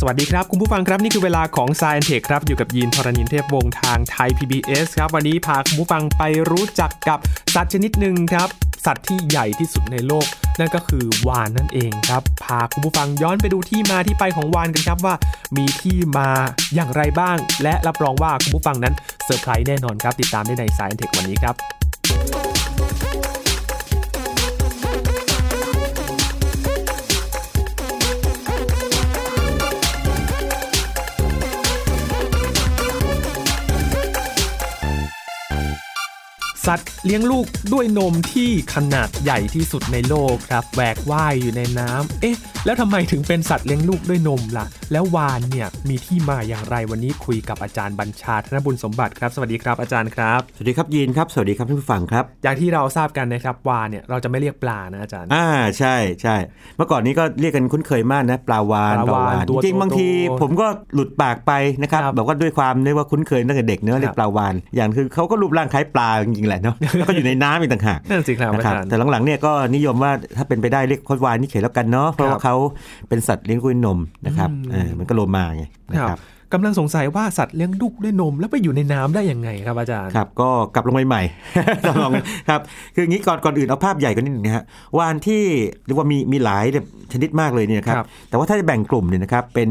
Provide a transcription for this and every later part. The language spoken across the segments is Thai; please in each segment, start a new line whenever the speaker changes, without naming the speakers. สวัสดีครับ คุณผู้ฟังครับ นี่คือเวลาของ s ซ e n t e c h ครับ อยู่กับยีนทรณินเทพวงศ์ทางไทย PBS ครับ วันนี้พาคุณผู้ฟังไปรู้จักกับสัตว์ชนิดหนึ่งครับ สัตว์ที่ใหญ่ที่สุดในโลก นั่นก็คือวานนั่นเองครับ พาคุณผู้ฟังย้อนไปดูที่มาที่ไปของวานกันครับว่า มีที่มาอย่างไรบ้าง และรับรองว่าคุณผู้ฟังนั้นเซอร์ไพรส์แน่นอนครับ ติดตามได้ใน s ซ e n t e c h วันนี้ครับ สัตว์เลี้ยงลูกด้วยนมที่ขนาดใหญ่ที่สุดในโลกครับแหวกว่ายอยู่ในน้ำเอ๊ะ แล้วทำไมถึงเป็นสัตว์เลี้ยงลูกด้วยนมล่ะ แล้ววานเนี่ยมีที่มาอย่างไรวันนี้คุยกับอาจารย์บัญชาธนบุญสมบัติครับสวัสดีครับอาจารย์ครับ
สวัสดีครับยีนครับ สวัสดีครับท่านผู้ฟังครับ
อย่างที่เราทราบกันนะครับวานเนี่ยเราจะไม่เรียกปลานะอาจารย์
อ่าใช่ใช่เมื่อก่อนนี้ก็เรียกกันคุ้นเคยมากนะปลาวาน
ปลาวาฬตัว
จริงๆบางที
ตัว
ผมก็หลุดปากไปนะครับ
ครับ
บอกว่าด้วยความนึกว่าคุ้นเคยตั้งแต่เด็ก
ค
เนื้
รับ
อะเรียกปลาวานอย่างคือเขาก็รูปร่างคล้ายปลาจริงๆแหละเนาะ แล้วก็อยู่ในน้ำอีกต่างหาก
นั่นสิครับ
นะ
อา
ครับ
จารย์
แต่หลังๆเนี่ยก็นิยมว่าถ้าเป็นไปได้เรียกคดวานนี่เขยนแล้วกันเนาะเพราะ
ครับ
ว่าเขาเป็นสัตว์เลี้ยงลูกด้วยนมนะครับ
อืม
เออมันก็โลมาไงนะ
ค
ค
รั
รั
บบ กำลังสงสัยว่าสัตว์เลี้ยงลูกด้วยนมแล้วไปอยู่ในน้ำได้ยังไงครับอาจารย์
ครับก็กลับลงไปใหม่ ลองครับคืออย่างนี้ก่อนก่อนอื่นเอาภาพใหญ่กันนิดนึงนะฮะวานที่เรียกว่ามีมีหลายแบบชนิดมากเลยเนี่ยนะครับ
ครับ
แต่ว่าถ้าจะแบ่งกลุ่มเนี่ยนะครับเป็น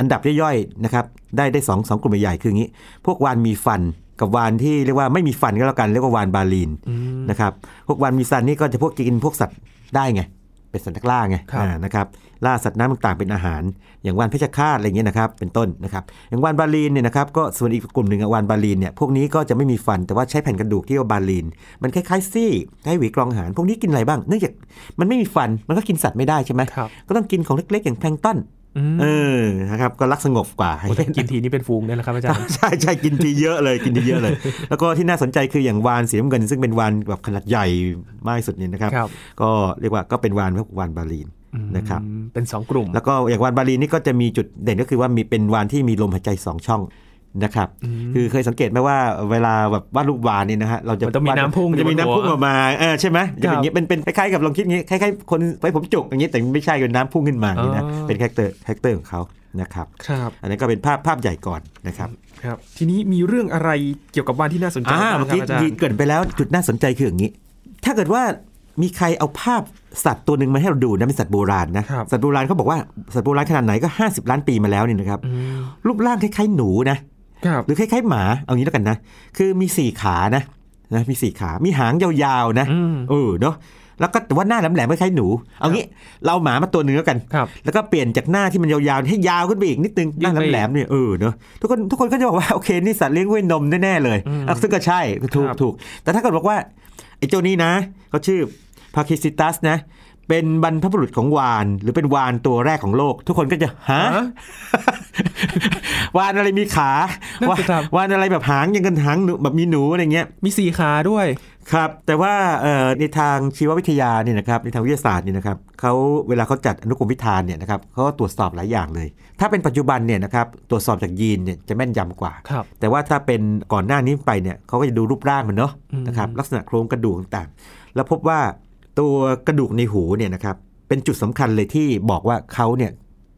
อันดับย่อยๆนะครับได้ได้สองสองกลุ่มใหญ่ๆคืออย่างนี้ พวกวานมีฟันกับวานที่เรียกว่าไม่มีฟันก็แล้วกันเรียกว่าวานบาลีน
อืม
นะครับพวกวานมีฟันนี่ก็จะพวกกินพวกสัตว์ได้ไง เป็นสัตว์นักล่าไง
ครับ
อ่านะครับล่าสัตว์น้ำต่างๆเป็นอาหาร อย่างวานเพชฌฆาตอะไรอย่างเงี้ยนะครับเป็นต้นนะครับอย่างวานบาลีนเนี่ยนะครับก็ส่วนอีกกลุ่มหนึ่งอะวานบาลีนเนี่ยพวกนี้ก็จะไม่มีฟันแต่ว่าใช้แผ่นกระดูกที่เรียกว่าบาลีน มันคล้ายๆซี่คล้ายหวีกรองอาหาร พวกนี้กินอะไรบ้างเนื่องจากมันไม่มีฟันมันก็กินสัตว์ไม่ได้ใช่ไหม
ครับ
ก็ต้องกินของเล็ก ๆ อย่างแพลงก์ต้น
อืม
เออ นะครับ ก็รักสงบกว่า
โอ้แต่กินทีนี่เป็นฟูงเนี่ยแหละครับอาจารย์
ใช่ใช่กินทีเยอะเลยกินทีเยอะเลย แล้วก็ที่น่าสนใจคืออย่างวานสีน้ำเงิน ซึ่งเป็นวานแบบขนาดใหญ่มากที่สุดเนี่ยนะครับ
ครับ
ก็เรียกว่าก็เป็นวานพวกวานบาลีน นะครับ
อืมเป็นสองกลุ่ม
แล้วก็อย่างวานบาลีนนี่ก็จะมีจุดเด่นก็คือว่ามีเป็นวานที่มีลมหายใจสองช่องนะครับ
อืม
คือเคยสังเกตไหมว่าเวลาแบบวาดรูปวานเนี่ยนะฮะเราจะ
มันต้องมีน้ำพุ่ง
มันจะมีน้ำพุ่งออกมาเออใช่ไหมจะเป็นอย่างนี้เป็นเป็นคล้ายๆกับลองคิดอย่างนี้คล้ายๆคนไว้ผมจุกอย่างนี้แต่ไม่ใช่เป็นน้ำพุ่งขึ้นมาอย่างนี้นะ
อ๋อ
เป็นแคคเตอร์แคคเตอร์ของเขานะครับ
ครับ
อันนั้นก็เป็นภาพภาพใหญ่ก่อนนะครับ
ครับทีนี้มีเรื่องอะไรเกี่ยวกับวานที่น่าสนใจ
อ่า
บ้างครับ
เมื่อกี้
อาจาร
ยี
ย์
เกรินไปแล้วจุดน่าสนใจคืออย่างนี้ ถ้าเกิดว่ามีใครเอาภาพสัตว์ตัวหนึ่งมาให้เราดูนะเป็นสัตว์โบราณนะครับ สัตว์โบราณเขาบอกว่าสัตว์โบราณขนาดไหนก็ 50 ล้านปีมาแล้วนี่นะครับ
อืม
รูปร่างคล้ายๆหนูนะครับหรือคล้ายๆหมาเอางี้แล้วกันนะ คือมีสี่ขานะนะมีสี่ขา มีหางยาวๆนะ
อืม
เออเนาะแล้วก็แต่ว่าหน้าแหลมๆคล้ายๆหนู เอางี้เราเอาหมามาตัวหนึ่งแล้วกัน
ครับ
แล้วก็เปลี่ยนจากหน้าที่มันยาวๆให้ยาวขึ้นไปอีกนิดนึง
ยิ่
หน้าง
ไปอีก
แหลมๆเนี่ยเออเนอะทุกคนทุกคนก็จะบอกว่า โอเคนี่สัตว์เลี้ยงด้วยนมแน่ๆเลย
อืม
อ่ะซึ่งก็ใช่ถูก
ครับ
ถูก แต่ถ้าเกิดบอกว่าไอ้เจ้านี้นะเขาชื่อพาคิสิตัสนะ เป็นบรรพบุรุษของวาน หรือเป็นวานตัวแรกของโลก ทุกคนก็จะฮะ
ฮะ
วานอะไรมีขาน
นสิครับ
วานอะไรแบบหางยังกันหางหนูแบบมีหนูอะไรเงี้ย
มีสี่ขาด้วย
ครับ แต่ว่าเอ่อในทางชีววิทยาเนี่ยนะครับในทางวิทยาศาสตร์เนี่ยนะครับเขาเวลาเขาจัดอนุกรมวิธานเนี่ยนะครับเขาก็ตรวจสอบหลายอย่างเลย ถ้าเป็นปัจจุบันเนี่ยนะครับตรวจสอบจากยีนเนี่ยจะแม่นยำกว่า
ครับ
แต่ว่าถ้าเป็นก่อนหน้านี้ไปเนี่ยเขาก็จะดูรูปร่างมันเนาะ
อืม
นะครับลักษณะโครงกระดูกต่างๆ แล้วพบว่าตัวกระดูกในหูเนี่ยนะครับเป็นจุดสำคัญเลยที่บอกว่าเขาเนี่ย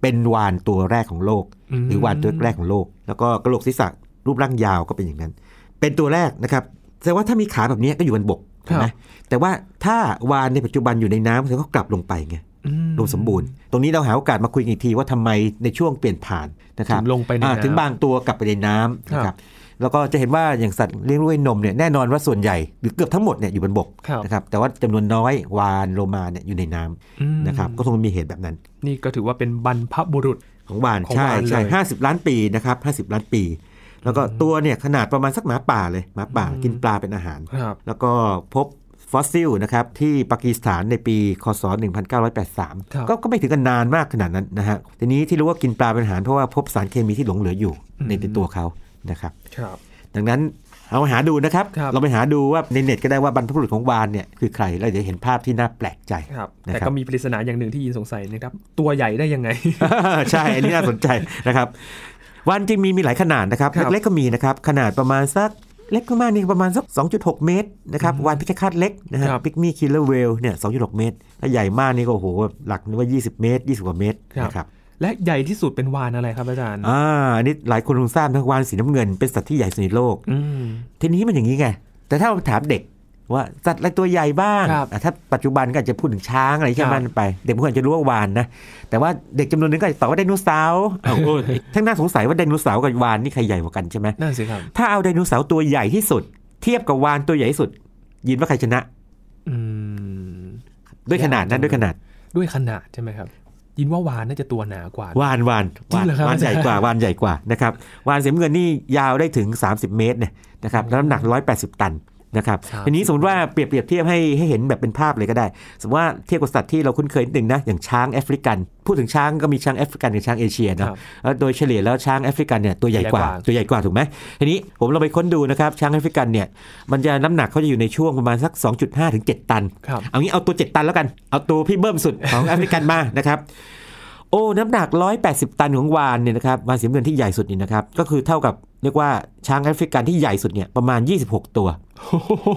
เป็นวานตัวแรกของโลก หรือวานตัวแรกของโลก แล้วก็กระโหลกศีรษะรูปร่างยาวก็เป็นอย่างนั้น เป็นตัวแรกนะครับแสดงว่าถ้ามีขาแบบนี้ก็อยู่บนบก
ครับ
นะแต่ว่าถ้าวานในปัจจุบันอยู่ในน้ำแสดงว่ากลับลงไปไง
อื
รวมสมบูรณ์ ตรงนี้เราหาโอกาสมาคุยกันอีกทีว่าทำไมในช่วงเปลี่ยนผ่านนะครับ
ถึงลงไปใน
อ่า
น้ำ
ถึงบางตัวกลับไปในน้ำนะ
ค
ค
รั
รั
บบ
แล้วก็จะเห็นว่าอย่างสัตว์เลี้ยงด้วยนมเนี่ยแน่นอนว่าส่วนใหญ่หรือเกือบทั้งหมดเนี่ยอยู่บนบก
ครับ
นะครับแต่ว่าจำนวนน้อยวานโลมาเนี่ยอยู่ในน้ำ
อืม
นะครับก็คงมีเหตุแบบนั้น
นี่ก็ถือว่าเป็นบรรพบุรุษ
ของวาน
ของ
ใช่
วาน
ใช่
เลย
ห้าสิบล้านปีนะครับห้าสิบล้านปี แล้วก็ตัวเนี่ยขนาดประมาณสักหมาป่าเลยหมาป่า
อืม
กินปลาเป็นอาหาร
ครับ
แล้วก็พบฟอสซิลนะครับที่ปากีสถานในปีคศ 1983 ก็ก็ไม่ถึงกันนานมากขนาดนั้นนะฮะทีนี้ที่รู้ว่ากินปลาเป็นอาหารเพราะว่าพบสารเคมีที่หลงเหลืออยู่ในในตัวเขานะครับ
ครับ
ดังนั้นเอามาหาดูนะครับ
ครับ
เราไปหาดูว่าในเน็ตก็ได้ว่าบรรพบุรุษของวานเนี่ยคือใครเราจะเห็นภาพที่น่าแปลกใจ
ครับ
นะครับ
แต่ก็มีปริศนาอย่างหนึ่งที่ยินสงสัยนะครับ ตัวใหญ่ได้ ยังไง
ใช่ อันนี้น่าสนใจนะครับ วันจริงมีมีหลายขนาดนะครับ
ครับ
เล็กๆก็มีนะครับ ขนาดประมาณสักเล็กมากๆนี่ประมาณสัก 2.6 เมตรนะครับวานพิฆาตเล็กนะฮะ
ครับ
พิกมี่คิลเลอร์เวลเนี่ย 2.6 เมตร ถ้าใหญ่มากนี่ก็โอ้โหหลักนึกว่า 20 เมตร 20 กว่าเมตรนะครับ
และใหญ่ที่สุดเป็นวานอะไรครับอาจารย์
อ่าอันนี้หลายคนคงทราบนะวานสีน้ำเงินเป็นสัตว์ที่ใหญ่สุดในโลก
อืม
ทีนี้มันอย่างนี้ไง แต่ถ้าเราถามเด็กว่าสัตว์อะไรตัวใหญ่บ้าง
ครับ
อ่ะถ้าปัจจุบันก็อาจจะพูดถึงช้างอะไร
ค
ใช่
รับ
ไหมมันไป เด็กบางคนอาจจะรู้ว่าวานนะ แต่ว่าเด็กจำนวนหนึงก็อาจจะตอบว่าไดโนเสาร์อ้าวโอ้ยทั้งน่าสงสัยว่าไดโนเสาร์กับวานนี่ใครใหญ่กว่ากันใช่ไหม
นั่นสิครับ
ถ้าเอาไดโนเสาร์ตัวใหญ่ที่สุด เทียบกับวานตัวใหญ่ที่สุด ยินว่าใครชนะ
อืม
ด้วยขนาดนั้นด้วยขนาด
ด้วยขนาดใช่ไหมครับ ยินว่าวานน่าจะตัวหนากว่า
วานวาน
จริ
วาง น
เหรอครับ
วานใหญ่กว่าวานใหญ่กว่านะครับวานสีน้ำเงินนี่ยาวได้ถึง 30 เมตรเนี่ยนะครับแล้วน้ำหนัก 180 ตันนะครับ
ครับ
ทีนี้สมมติว่าเปรียบเปรียบเทียบให้ให้เห็นแบบเป็นภาพเลยก็ได้ สมมติว่าเทียบกับสัตว์ที่เราคุ้นเคยนิดหนึ่งนะอย่างช้างแอฟริกัน พูดถึงช้างก็มีช้างแอฟริกันกับช้างเอเชีย
ค
เนาะ
รับ
แล้วโดยเฉลี่ยแล้วช้างแอฟริกันเนี่ยตัวใหญ่กว่า
ใหญ่กว่า
ตัวใหญ่กว่าถูกไหมทีนี้ผมเราไปค้นดูนะครับช้างแอฟริกันเนี่ยมันจะน้ำหนักเขาจะอยู่ในช่วงประมาณสัก 2.5 ถึง 7 ตัน
ครับ
เอางี้เอาตัว 7 ตันแล้วกัน เอาตัวพี่เบิ้มสุดของ แอฟริกันมานะครับ โอ้น้ำหนัก 180 ตันของวานเนี่ยนะครับวานสีน้ำเงินที่ใหญ่สุดนี่นะครับก็คือเท่ากับเรียกว่าช้างแอฟริกันที่ใหญ่สุดเนี่ยประมาณ 26 ตัว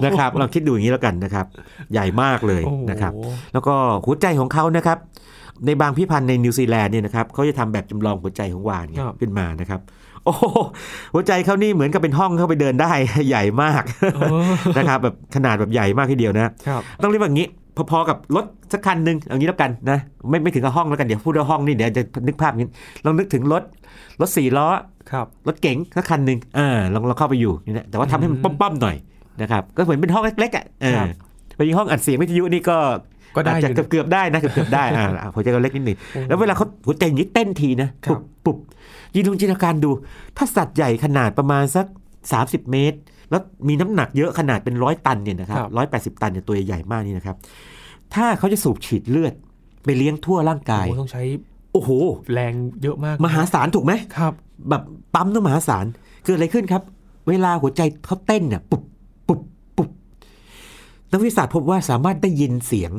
นะครับเราคิดดูอย่างนี้แล้วกันนะครับใหญ่มากเลย
โอ้โห
นะครับ แล้วก็หัวใจของเขานะครับ ในบางพิพันธ์ในนิวซีแลนด์เนี่ยนะครับเขาจะทำแบบจำลองหัวใจของวานเนี่ย
ครับ
ขึ้นมานะครับ โอ้โหหัวใจเขานี่เหมือนกับเป็นห้องเข้าไปเดินได้ ใหญ่มาก
เออ
นะครับแบบขนาดแบบใหญ่มากทีเดียวนะ
ครับ
ต้องเรียกว่าอย่างนี้ พอๆกับรถสักคันหนึ่งเอางี้แล้วกันนะไม่ไม่ถึงกับห้องแล้วกันเดี๋ยวพูดว่าห้องนี่เดี๋ยวจะนึกภาพอย่างนี้ลองนึกถึงรถรถสี่ล้อ
ครับ
รถเก๋งสักคันหนึ่งเออลองลองเข้าไปอยู่นี่นะแต่ว่าทำให้มัน
อืม
ป้อมๆหน่อยนะครับก็เหมือนเป็นห้องเล็กๆอ่ะเอ
ค
อ
รับ
ไปยิงห้องอัดเสียงวิทยุนี่ก็
ก็ได้
อา
อ
จจะ
ยู่นะ
เกือบๆได้นะเกือบๆได้อ่า อ่าหัวใจเราเล็กนิดหนึ่งแล้วเวลาเขาหัวใจอย่างนี้เต้นทีนะครับ ปุบปุบยินลองจินตนาการดู ถ้าสัตว์ใหญ่ขนาดประมาณสัก 30 เมตร แล้วมีน้ำหนักเยอะขนาดเป็นร้อยตันเนี่ยนะครับร้อยแปดสิบ180 ตันเนี่ยตัวใหญ่ๆมากนี่นะครับ ถ้าเขาจะสูบฉีดเลือด ไปเลี้ยงทั่วร่างกาย
โอ้โหต้องใช้
โอ้โห
แรงเยอะมาก
มหาศาลถูกไหม
ครับ
แบบปั๊มต้องมหาศาลเกิดอะไรขึ้นครับ เวลาหัวใจเขาเต้นเนี่ยปุบปุบปุบนักวิทยาศาสตร์พบว่าสามารถได้ยินเสียง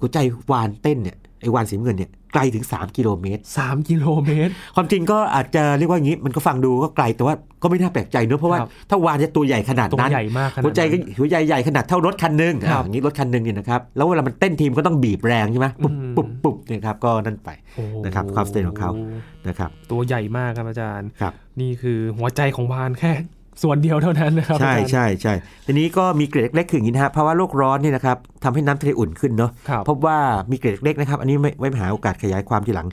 หัวใจวานเต้นเนี่ยไอวานสีน้ำเงินเนี่ยไกลถึง 3 กิโลเมตร
3 กิโลเมตร
ความจริงก็อาจจะเรียกว่าอย่างนี้มันก็ฟังดูก็ไกลแต่ว่าก็ไม่น่าแปลกใจเนอะเพราะว่า
ครับ
ถ้าวานจะตัวใหญ่ขนาด
ตรง
นั้น
ใหญ่มากขนาด
หัวใจก็
นั้น
หัวใจใหญ่ขนาดเท่ารถคันหนึ่ง
ครั
อ่า
บ
อย่างนี้รถคันหนึ่งเนี่ยนะครับแล้วเวลามันเต้นทีมก็ต้องบีบแรงใช่ไหมปุบ
อืม
ปุบปุบเนี่ยครับก็นั่นไป
โอ้โห
นะครับความสเตนของเขา นะครับ
ตัวใหญ่มากครับอาจารย์
ครับ
นี่คือหัวใจของวานแค่ ส่วนเดียวเท่านั้นนะครับอา
ใช่
จารย์
ใช่ใช่ทีนี้ก็มีเกร็ดเล็กๆคืออย่างนี้นะฮะภาวะโลกร้อนเนี่ยนะครับทำให้น้ำทะเลอุ่นขึ้นเนาะ
ครับ
พบว่ามีเกร็ดเล็กๆนะครับ อันนี้ไม่ไว้หาโอกาสขยายความทีหลัง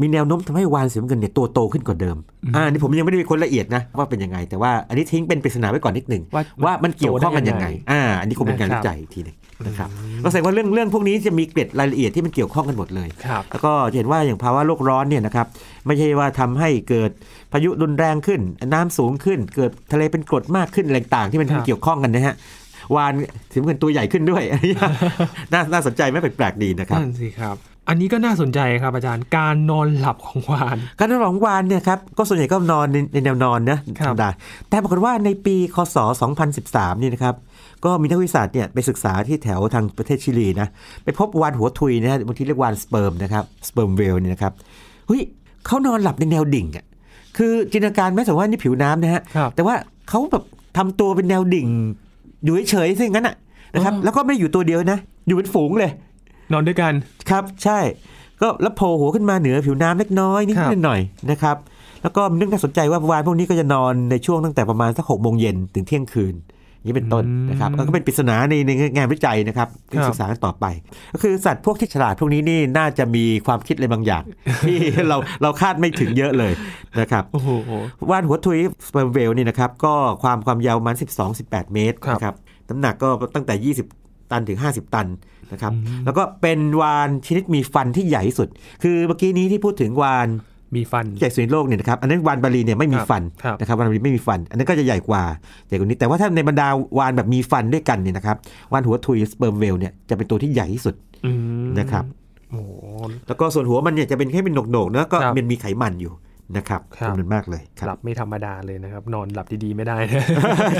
มีแนวโน้มทำให้วานสีน้ำเงินเนี่ยตัวโตขึ้นกว่าเดิมอ่าอันนี่ผมยังไม่ได้มีคนละเอียดนะว่าเป็นยังไง แต่ว่าอันนี้ทิ้งเป็นปริศนาไว้ก่อนนิดหนึ่ง
ว่า
ว่ามันเกี่ยวข้องกันยังไงอ่าอันนี้คงเป็นการ
นะครับ
วิจัยอีกทีหนึงนะครับก็แสดงว่าเรื่องเรื่องพวกนี้จะมีเกร็ดรายละเอียดที่มันเกี่ยวข้องกันหมดเลย
ครับ
แล้วก็จะเห็นว่าอย่างภาวะโลกร้อนเนี่ยนะครับไม่ใช่ว่าทำให้เกิดพายุรุนแรงขึ้น น้ำสูงขึ้น เกิดทะเลเป็นกรดมากขึ้นอะไรต่างๆที่มันเกี่ยวข้องกันนะฮะวานถึงเป็นตัวใหญ่ขึ้นด้วย น่าน่าสนใจไหม่แปลกๆดีนะครับ
นั่นสิครับ อันนี้ก็น่าสนใจครับอาจารย์การนอนหลับของวาน
การนอนของวานเนี่ยครับก็ส่วนใหญ่ก็นอนในในแนวนอนนะ
ค
ธ
รั
ร
บ
รมดาแต่ปรากฏว่าในปีคศ 2013เนี่ยนะครับก็มีนักวิทยาศาสตร์เนี่ยไปศึกษาที่แถวทางประเทศชิลีนะไปพบวานหัวทุยนะฮะบางทีเรียกวานสเปิร์มนะครับสเปิร์มเวลเนี่ยนะครับเฮ้ยเขานอนหลับในแนวดิ่งอ่ะคือจินตนาการไหม่สมมติว่านี่ผิวน้ำนะฮะ
ครับ
แต่ว่าเขาแบบทำตัวเป็นแนวดิ่ง อยู่เฉยๆซึ่งงั้นอ่ะนะครับ
อ๋อ
แล้วก็ไม่ได้อยู่ตัวเดียวนะอยู่เป็นฝูงเลย
นอนด้วยกัน
ครับใช่ก็แล้วโผล่หัวขึ้นมาเหนือผิวน้ำเล็กน้อยนิด
ครับ
ๆหน่อยๆนะครับแล้วก็มีเรื่องน่าสนใจว่าวานพวกนี้ก็จะนอนในช่วงตั้งแต่ประมาณสักหกโมงเย็นถึงเที่ยงคืนอย่างนี้เป็นต้นนะครับแล้วก็เป็นปริศนาในในงานวิจัยนะครับที่ศึกษากันต่อไป ก็คือสัตว์พวกที่ฉลาดพวกนี้นี่น่าจะมีความคิดอะไรบางอย่าง ที่เราเราคาดไม่ถึงเยอะเลยนะครับ
โอ้โห
ว่านหัวทุยสเปร์มเวลนี่นะครับก็ความความยาวประมัน 12 18 เมตร
ครับ
นะครับน้ำหนักก็ตั้งแต่ 20 ตันถึง 50 ตันนะครับ
อืม
แล้วก็เป็นวานชนิดมีฟันที่ใหญ่ที่สุด คือเมื่อกี้นี้ที่พูดถึงวาน
มีฟัน
ใหญ่สุดในโลกเนี่ยนะครับอันนั้นวานบาลีเนี่ยไม่มี
ครับ
ฟัน
ครับ
นะครับวานบาลีไม่มีฟัน อันนั้นก็จะใหญ่กว่าใหญ่กว่านี้แต่ว่าถ้าในบรรดาวานแบบมีฟันด้วยกันเนี่ยนะครับวานหัวทุยสเปิร์มเวลเนี่ยจะเป็นตัวที่ใหญ่ที่สุด
อืม
นะครับ
โอ้โห
แล้วก็ส่วนหัวมันเนี่ยจะเป็นแค่เป็นหนกๆนะก็
ครับ
มันมีไขมันอยู่นะครับ
ครับ
จำนวนมากเลยครับ
หลับไม่ธรรมดาเลยนะครับ นอนหลับดีๆ ไม่ได้นะ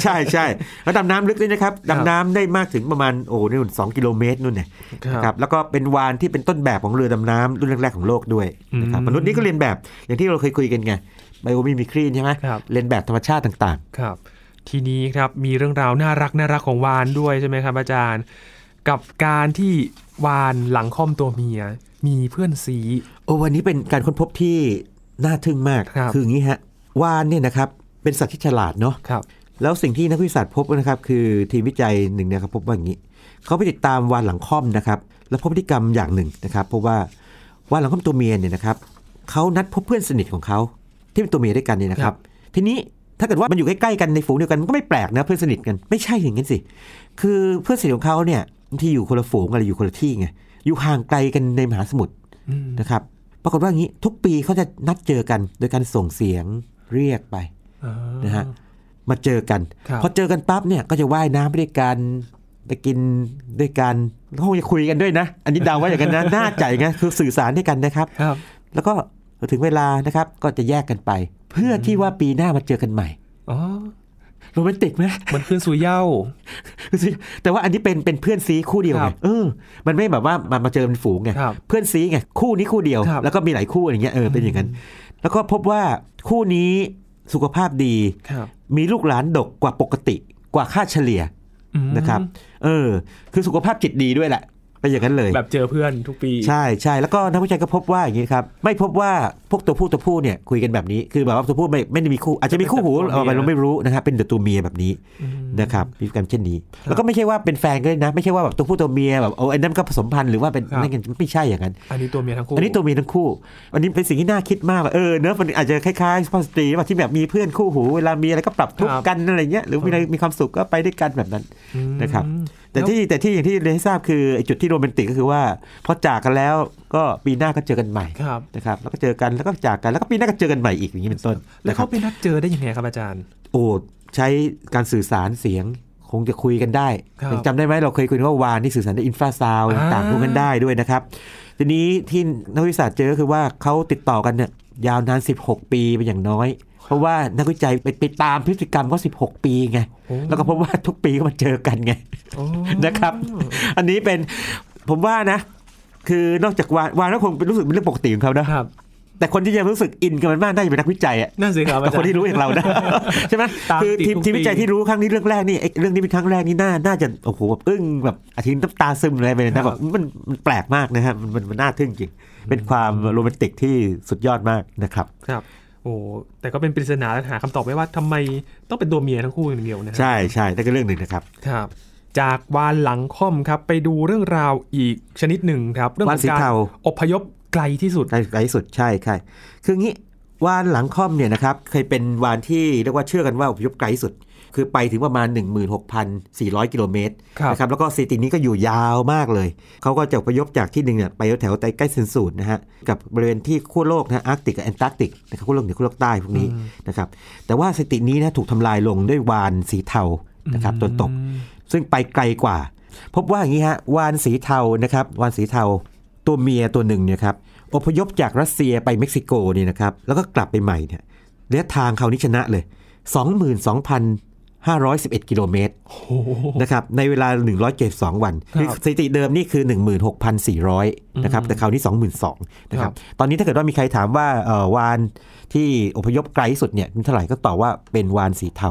ใช่ใช่แล้วดำน้ำลึกด้วยนะครับ
ครับ
ดำน้ำได้มากถึงประมาณโอ้นี่นสองกิโลเมตรนู่นเนี่ยนะครับแล้วก็เป็นวานที่เป็นต้นแบบของเรือดำน้ำรุ่นแรกๆของโลกด้วยนะครับ
อืม
มนุษย์นี่ก็เรียนแบบอย่างที่เราเคยคุยกันไงไบโอมิมิครีใช่ไหม
ครับ
เรียนแบบธรรมชาติต่าง
ครับ ทีนี้ครับมีเรื่องราวน่ารักน่ารักของวานด้วยใช่ไหมครับอาจารย์ กับการที่วานหลังค่อมตัวเมีย มีเพื่อนซี
โอ้วันนี้เป็นการค้นพบที่น่าทึ่งมาก
ครับ
ออย่างนี้ฮะวานเนี่ยนะครับเป็นสัตว์ที่ฉลาดเนาะ
ครับ
แล้วสิ่งที่นักวิทยาศาสตร์พบนะครับ คือทีมวิจัยหนึ่งเนี่ยครับพบว่าอย่างนี้เขาไปติดตามวานหลังค่อมนะครับ แล้วพบพฤติกรรมอย่างหนึ่งนะครับเพราะว่าวานหลังค่อมตัวเมียเนี่ยนะครับเขานัดพบเพื่อนสนิทของเขาที่เป็นตัวเมียด้วยกันเนี่ยนะค
ค
รั
รับ บ
ทีนี้ถ้าเกิดว่ามันอยู่ใกล้ๆกันในฝูงเดียวกันมันก็ไม่แปลกนะเพื่อนสนิทกันไม่ใช่อย่างนั้นสิ คือเพื่อนสนิทของเขาเนี่ยบางทีอยู่คนละฝูงอะไรอยู่คนละที่ไงอยู่ห่างไกลกันในมหาสมุทร
อืม
นะครับ ปรากฏว่าอย่างนี้ทุกปีเขาจะนัดเจอกันโดยการส่งเสียงเรียกไป
อ่า
นะฮะ มาเจอกัน
ครับ
พอเจอกันปั๊บเนี่ยก็จะว่ายน้ำไปด้วยกันไปกินด้วยกันแล้วคงจะคุยกันด้วยนะ อันนี้เดาว่าอย่าง นั้นนะ น่าใจไงคือสื่อสารด้วยกันนะครับ
ครับ
แล้วก็ถึงเวลานะครับก็จะแยกกันไป เพื่อที่ว่าปีหน้ามาเจอกันใหม่
อ๋อ
โรแมนติกไหม
มันขึ้นสู่เหย้า
แต่ว่าอันนี้เป็นเป็นเพื่อนซีคู่เดียว
ค
ไง
รับ
เออ มันไม่แบบว่ามามาเจอเป็นฝูงไง
ครับ
เพื่อนซีไงคู่นี้คู่เดียว
ครับ
แล้วก็มีหลายคู่อย่างเงี้ยเออเป็นอย่างนั้น แล้วก็พบว่าคู่นี้สุขภาพดี
ครับ
มีลูกหลานดกกว่าปกติกว่าค่าเฉลี่ย
อืม
นะครับ เออ คือสุขภาพจิตดีด้วยแหละเป็นอย่างนั้นเลย
แบบเจอเพื่อนทุกปี
ใช่ใช่แล้วก็นักวิจัยก็พบว่าอย่างนี้ครับไม่พบว่าพวกตัวผู้ตัวผู้เนี่ยคุยกันแบบนี้ คือแบบว่าตัวผู้ไม่ไม่ได้มีคู่ อาจจะมีคู่หู
เป็นแต่ตัว
เอาไป
เมีย
เราไม่รู้นะครับเป็นแต่ตัวเมียแบบนี้
อืม
นะครับมีพฤติกรรมเช่นนี้
ครับ
แล้วก็ไม่ใช่ว่าเป็นแฟนกันด้วยนะ ไม่ใช่ว่าแบบตัวผู้ตัวเมียแบบโอ้ไอ้นั่นก็ผสมพันธุ์หรือว่าเป็น
ครับ
นั่นกันไม่ใช่อย่างนั้น
อันนี้ตัวเมียทั้งคู่
อันนี้ตัวเมียทั้งคู่ อันนี้เป็นสิ่งที่น่าคิดมากว่าเออเนอะมันอาจจะคล้ายๆสุภาพสตรีแบบที่แบบมีเพื่อนคู่หูเวลามีอะไรก็ปรับทุก
ค
ข์
รับ
กันอะไรเงี้ยหรือมีอะไรมีความสุขก็ไปด้วยกันแบบนั้น
อืม
นะครับ แต่ที่แต่ที่อย่างที่เรียนให้ทราบคือไอ้จุดที่โรแมนติกก็คือว่าพอจากกันแล้วก็ปีหน้าก็เจอกันใหม่
ครับ
นะครับแล้วก็เจอกันแล้วก็จากกันแล้วก็ปีหน้าก็เจอกันใหม่อีกอย่างนี้เป็นต้น
แล้ว
นะครับ
เขาไปนัดเจอได้ยังไงครับอาจารย์
โอ้ใช้การสื่อสารเสียงคงจะคุยกันได้
ครับ
ยังจำได้ไหมเราเคยคุยกันว่าวานที่สื่อสารด้วยอินฟราซาวด์
อ่า
ต่างๆพวกกันได้ด้วยนะครับ ทีนี้ที่นักวิทยาศาสตร์เจอก็คือว่าเขาติดต่อกันเนี่ยยาวนาน 16 ปีเป็นอย่างน้อย เพราะว่านักวิจัยไปไปตามพฤติกรรมเขา16 ปีไง
โอ้
แล้วก็พบว่าทุกปีก็มาเจอกันไง
โอ้
นะครับ อันนี้เป็นผมว่านะ คือนอกจากวานวานก็คงเป็นรู้สึกเป็นเรื่องปกติของเขานะครับ แต่คนที่จะรู้สึกอินกับมันมากน่าจะเป็นนักวิจัยอะ
นั่นสิครับอา
แต่
จารย์
คนที่รู้อย่างเรา นะ ใช่ไหม
ตาม
คือ
ติด
ทีม
ทุก
ทีม
ปี
วิจัยที่รู้ครั้งนี้เรื่องแรกนี่ไอ้เรื่องนี้เป็นครั้งแรกนี่น่าน่าจะโอ้โหแบบอึ้งแบบอาทิตย์น้ำตาซึมเลยไปเลยนะแบบมันมันแปลกมากนะฮะมันมันมันน่าทึ่งจริง เป็นความโรแมนติกที่สุดยอดมากนะครับ
ครับ โอ้ แต่ก็เป็นปริศนาและหาคำตอบไม่ว่าทำไมต้องเป็นตัวเมียทั้งคู่อย่างเดียวนะฮะ
ใช่ใช่นั่นก็เรื่องหนึ่งนะครับ
ครับจากวานหลังค่อมครับไปดูเรื่องราวอีกชนิดหนึ่งครับ เรื่อง
วา
ข
น
อง
สี
การ
เทา
อพยพไกลที่สุด
ไกลไกลที่สุดใช่ใช่คืองี้วานหลังค่อมเนี่ยนะครับเคยเป็นวานที่เรียกว่าเชื่อกันว่าอพยพไกลที่สุด คือไปถึงประมาณ 16,400 กิโลเมตร นะครับแล้วก็สถิตินี้ก็อยู่ยาวมากเลย เขาก็จะอพยพจากที่หนึ่งเนี่ยไปแถวๆใกล้เซนสูตรนะฮะ กับบริเวณที่ขั้วโลกนะอาร์กติกกับแอนตาร์กติกนะครับขั้วโลกเหนือขั้วโลกใต้พวกนี้
อืม
นะครับ แต่ว่าสถิตินี้นะถูกทำลายลงด้วยวานสีเทานะครับตะวันตก
อืม
ซึ่งไปไกลกว่า พบว่าอย่างนี้ฮะวานสีเทานะครับวานสีเทา ตัวเมียตัวหนึ่งเนี่ยครับอพยพจากรัสเซียไปเม็กซิโกเนี่ยนะครับแล้วก็กลับไปใหม่เนี่ยระยะทางเขาวนี่ชนะเลย 22,511 กิโลเมตร
โอ้โห
นะครับในเวลา 172 วัน
ครับ
คือสถิติเดิมนี่คือ 16,400นะครับ
อืม
แต่คราวนี้ 22,000นะค
ครั
รับบ ตอนนี้ถ้าเกิดว่ามีใครถามว่าเอ่อวานที่อพยพไกลที่สุดเนี่ยมีเท่าไหร่ก็ตอบว่าเป็นวานสีเทา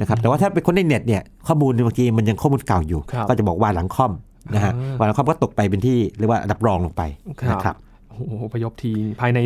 นะครับแต่ว่าถ้าเป็นคนในเน็ตเนี่ยข้อมูลบางทีมันยังข้อมูลเก่าอยู่
ครับ
ก็จะบอกวานหลังค่อมนะฮะ
อ่าว
านหลังค่อมก็ตกไปเป็นที่เรียกว่ารับรองลงไป
ครับ
นะครับ
โอ้โหอพยพทีภายใน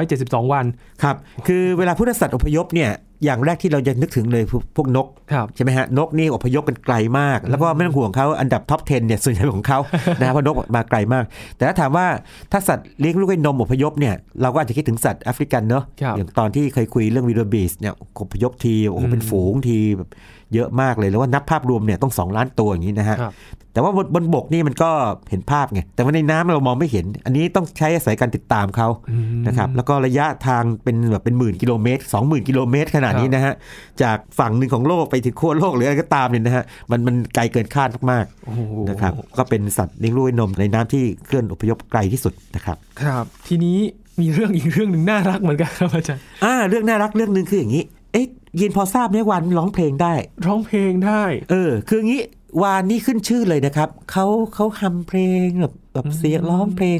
172 วัน
ครับ คือเวลาพุทธศาสตร์อพยพเนี่ยอย่างแรกที่เราจะนึกถึงเลยพวกพวกนก
ครับ
ใช่ไหมฮะนกนี่อพยพกันไกลมาก แล้วก็ไม่ต้องห่วงเขาอันดับท็อป 10 เนี่ยส่วนใหญ่เป็นของ เขา นะครับเพราะนกมาไกลมาก แต่ถ้าถามว่าถ้าสัตว์เลี้ยงลูกด้วยนมอพยพเนี่ยเราก็อาจจะคิดถึงสัตว์แอฟริกันเนอะ
ครับ
อย่างตอนที่เคยคุยเรื่องวิดบีสเนี่ยอพยพทีโอ้โห
อืม
เป็นฝูงทีแบบเยอะมากเลยแล้วว่านับภาพรวมเนี่ยต้อง 2 ล้านตัวอย่างนี้นะฮะ
ครับ
แต่ว่าบนบนบกนี่มันก็เห็นภาพไงแต่ว่าในน้ำเรามองไม่เห็น อันนี้ต้องใช้อาศัยการติดตามเขา
อืม
นะครับแล้วก็ระยะทางเป็นแบบเป็นหมื่นกิโลเมตร20,000 กิโลเมตรขนาดนี้นะฮะจากฝั่งหนึ่งของโลกไปถึงขั้วโลกหรืออะไรก็ตามเนี่ยนะฮะมันมันไกลเกินคาดมาก
โอ้โห
ๆนะครับก็เป็นสัตว์เลี้ยงลูกด้วยนมในน้ำที่เคลื่อนอพยพไกลที่สุดนะครับ
ครับ ทีนี้มีเรื่อง อีกเรื่องหนึ่งน่ารักเหมือนกันครับอาจารย์
อ่าเรื่องน่ารักเรื่องหนึ่งคืออย่างนี้เอ๊ะยินพอทราบไหมวานร้องเพลงได้
ร้องเพลงได้
เออคืออย่างนี้วานนี่ขึ้นชื่อเลยนะครับเขาเขาทำเพลงแบบแบบเสียงร้องเพลง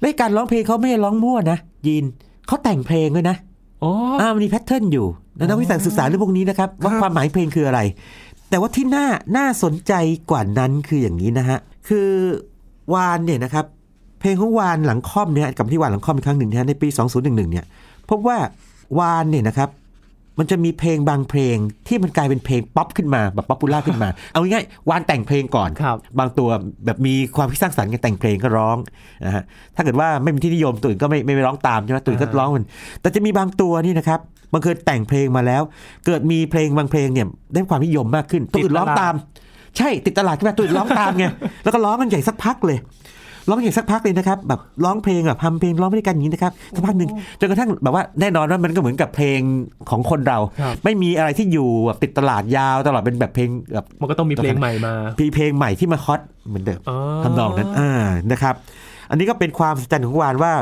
และการร้องเพลงเขาไม่ได้ร้องมั่วนะยินเขาแต่งเพลงด้วยนะ
อ๋อ
อ่ามันมีแพทเทิร์นอยู่แล้วนักวิทยาศาสตร์ศึกษาเรื่องพวกนี้นะครับ ว่า
ครับ
ความหมายเพลงคืออะไร แต่ว่าที่น่าน่าสนใจกว่านั้นคืออย่างนี้นะฮะ คือวานเนี่ยนะครับ เพลงของวานหลังค่อมเนี่ยกับที่วานหลังค่อมอีกครั้งหนึ่งนะฮะในปี 2011เนี่ยพบว่าวานเนี่ยนะครับ มันจะมีเพลงบางเพลงที่มันกลายเป็นเพลงป๊อปขึ้นมาแบบป๊อปปูล่าขึ้นมา เอาง่ายๆวานแต่งเพลงก่อน
ครับ
บางตัวแบบมีความคิดสร้างสรรค์กันแต่งเพลงก็ร้องนะฮะถ้าเกิดว่าไม่เป็นที่นิยมตัวอื่นก็ไม่ไม่ไปร้องตามใช่ไหมตัวอื่นก็
อ่าฮะ
ร้องมัน แต่จะมีบางตัวนี่นะครับมันเคยแต่งเพลงมาแล้ว เกิดมีเพลงบางเพลงเนี่ยได้ความนิยมมากขึ้นตัวอื่นร้องตาม ใช่ติดตลาดขึ้นมาตัวอื่นร้องต ามไง แล้วก็ร้องกันใหญ่สักพักเลย ร้องกันใหญ่สักพักเลยนะครับแบบร้องเพลงแบบทำเพลงร้องไปด้วยกันอย่างนี้นะครับสักพักหนึ่งจนกระทั่งแบบว่าแน่นอนว่ามันก็เหมือนกับเพลงของคนเรา
ครับ
ไม่มีอะไรที่อยู่แบบติดตลาดยาวตลอดเป็นแบบเพลงแบบ
มันก็ต้องมีเพลงใหม่มา
มีเพลงใหม่ที่มาฮอตเหมือนเดิม
อ๋อ
ทำนองนั้นอ่านะครับ อันนี้ก็เป็นความสนใจรรย์ของวานว่า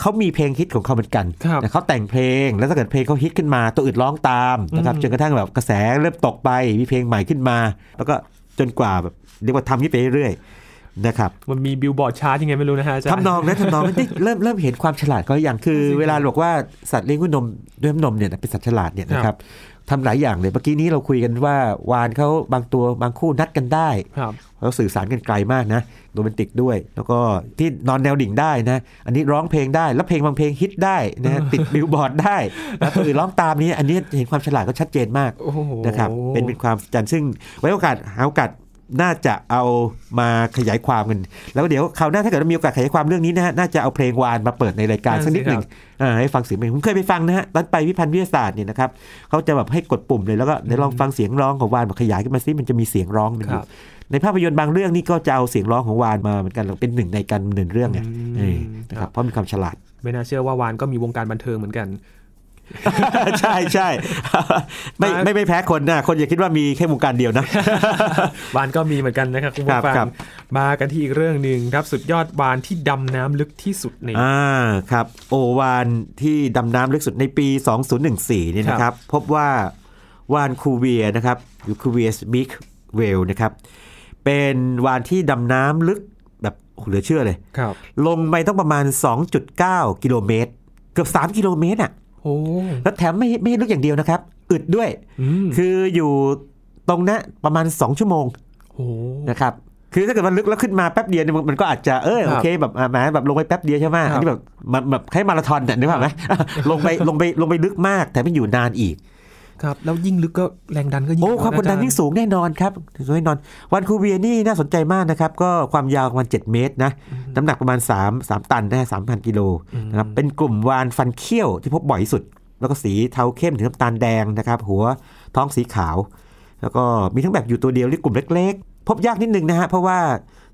เขามีเพลงฮิตของเขาเหมือนกัน
ครับ
นะเขาแต่งเพลงแล้วถ้าเกิดเพลงเขาฮิตขึ้นมาตัวอื่นร้องตามนะครับ
อืม
จนกระทั่งแบบกระแสเริ่มตกไปมีเพลงใหม่ขึ้นมา แล้วก็จนกว่าแบบเรียกว่าทำนี้ไปเรื่อยๆนะครับ
มันมีบิลบอร์ดชาร์ตยังไงไม่รู้นะฮะาจารย์
ทำนองนั้นทำนอง นั้นนี่เริ่มเริ่มเห็นความฉลาดเขาอย่างคือ
จริงๆ
เวลาบอกว่าสัตว์เลี้ยงด้วยนมด้วยนมเนี่ยนะเป็นสัตว์ฉลาดเนี่ยนะค
ครั
รับบ ทำหลายอย่างเลยเมื่อกี้นี้เราคุยกันว่าวานเขาบางตัวบางคู่นัดกันได้
ครับ
แล้วสื่อสารกันไกลมากนะโรแมนติกด้วย แล้วก็ที่นอนแนวดิ่งได้นะ อันนี้ร้องเพลงได้ แล้วเพลงบางเพลงฮิตได้นะ ติด บิลบอร์ดได้แล้วคนอื่นร้องตามนี้ อันนี้เห็นความฉลาดก็ชัดเจนมาก
โอ้โห
นะครับ เป็นเป็นความจันซึ่งไว้โอกาสหาโอกาสน่าจะเอามาขยายความกัน แล้วเดี๋ยวคราวหน้าถ้าเกิดว่ามีโอกาสขยายความเรื่องนี้นะฮะน่าจะเอาเพลงวานมาเปิดในรายการสักนิดหนึ่งอ่าให้ฟังเสียงเพลงผมเคยไปฟังนะฮะตอนไปวิพันธ์วิทยาศาสตร์เนี่ยนะครับเขาจะแบบให้กดปุ่มเลยแล้วก็เดี๋ยวลองฟังเสียงร้องของวานแบบขยายขึ้นมาซิมันจะมีเสียงร้องมัน
ค
อ
รั
ยู่
บ
ในภาพยนตร์บางเรื่องนี่ก็จะเอาเสียงร้องของวานมาเหมือนกันเป็นหนึ่งในการดำเนินเรื่องไงเออนะครับเพราะมีความฉลา ด
ไม่น่าเชื่อว่าวานก็มีวงการบันเทิงเหมือนกัน
ใช่ใช่ ไม่
มา
ไม่ไม่แพ้คนนะคนอย่าคิดว่ามีแค่วงการเดียวนะ
วานก็มีเหมือนกันนะครับคุณผู้ฟัง
ครับ
มากันที่อีกเรื่องหนึ่งครับสุดยอดวานที่ดำน้ำลึกที่สุดใน
อ่าครับโอวานที่ดำน้ำลึกสุดในปี 2014เนี่ยนะครับ พบว่าวานคูเวียนะครับหรือคูเวียสบิ๊กเวลนะครับ เป็นวานที่ดำน้ำลึกแบบโอ้โหเหลือเชื่อเลย
ครับ
ลงไปต้องประมาณ 2.9 กิโลเมตร เกือบ 3 กิโลเมตรอ่ะ
โอ้
แล้วแถมไม่ไม่ให้ลึกอย่างเดียวนะครับ อึดด้วย
อืม
คืออยู่ตรงนั้นประมาณ 2 ชั่วโมง
โอ้
นะครับ คือถ้าเกิดมันลึกแล้วขึ้นมาแป๊บเดียวเนี่ยมันมันก็อาจจะเออ
ครับ
โอเคแบบอ่ะแหมแบบลงไปแป๊บเดียวใช่ไหม
ครับ
อันนี้แบบมันแบบคล้ายมาราธอนเนี่ยนึกภาพไหม ลงไปลงไปลงไปลึกมาก แต่ไม่อยู่นานอีก
ครับ แล้วยิ่งลึกก็แรงดันก็ยิ่ง
โอ้
เยะ
ความกดดัน
อจร
ยิ่งสูงแน่นอนครับสูงแน่นอน วันคูเวียนี่น่าสนใจมากนะครับ ก็ความยาวประมาณ 7 เมตรนะ น้ำหนักประมาณ 3 3 ตันนะสามพันกิโลนะครับ เป็นกลุ่มวานฟันเขี้ยวที่พบบ่อยที่สุด แล้วก็สีเทาเข้มถึงน้ำตาลแดงนะครับ หัวท้องสีขาว แล้วก็มีทั้งแบบอยู่ตัวเดียวหรือกลุ่มเล็ก ๆ พบยากนิดนึงนะฮะ เพราะว่า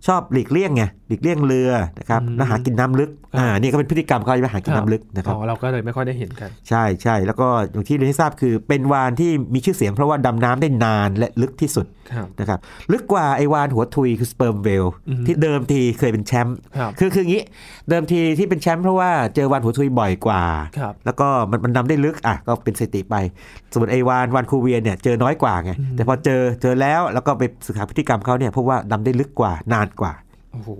ชอบหลีกเลี่ยงไง หลีกเลี่ยงเรือนะครับแล้วหากินน้ำลึก อ่า นี่ก็เป็นพฤติกรรมเขาที่ไปหากินน้ำลึกนะครับ
อ๋อเราก็เลยไม่ค่อยได้เห็นกัน
ใช่ใช่แล้วก็อย่างที่เรียนให้ทราบคือเป็นวานที่มีชื่อเสียงเพราะว่าดำน้ำได้นานและลึกที่สุด
ครับ
นะครับลึกกว่าไอวานหัวทุยคือสเปิร์มเวล
อืม
ที่เดิมทีเคยเป็นแชมป์
ครับ
คือคืออย่างนี้เดิมทีที่เป็นแชมป์เพราะว่าเจอวานหัวทุยบ่อยกว่า
ครับ
แล้วก็มันมันดำได้ลึกอ่ะก็เป็นสถิติไป ส่วนไอวานวานคูเวียนเนี่ยเจอน้อยกว่าไง
อืม
แต่พอเจอเจอแล้วแล้วก็ไปศึกษาพฤติกรรมเขาเนี่ยพบว่าดำได้ลึกกว่านานกว่า
โอ้โห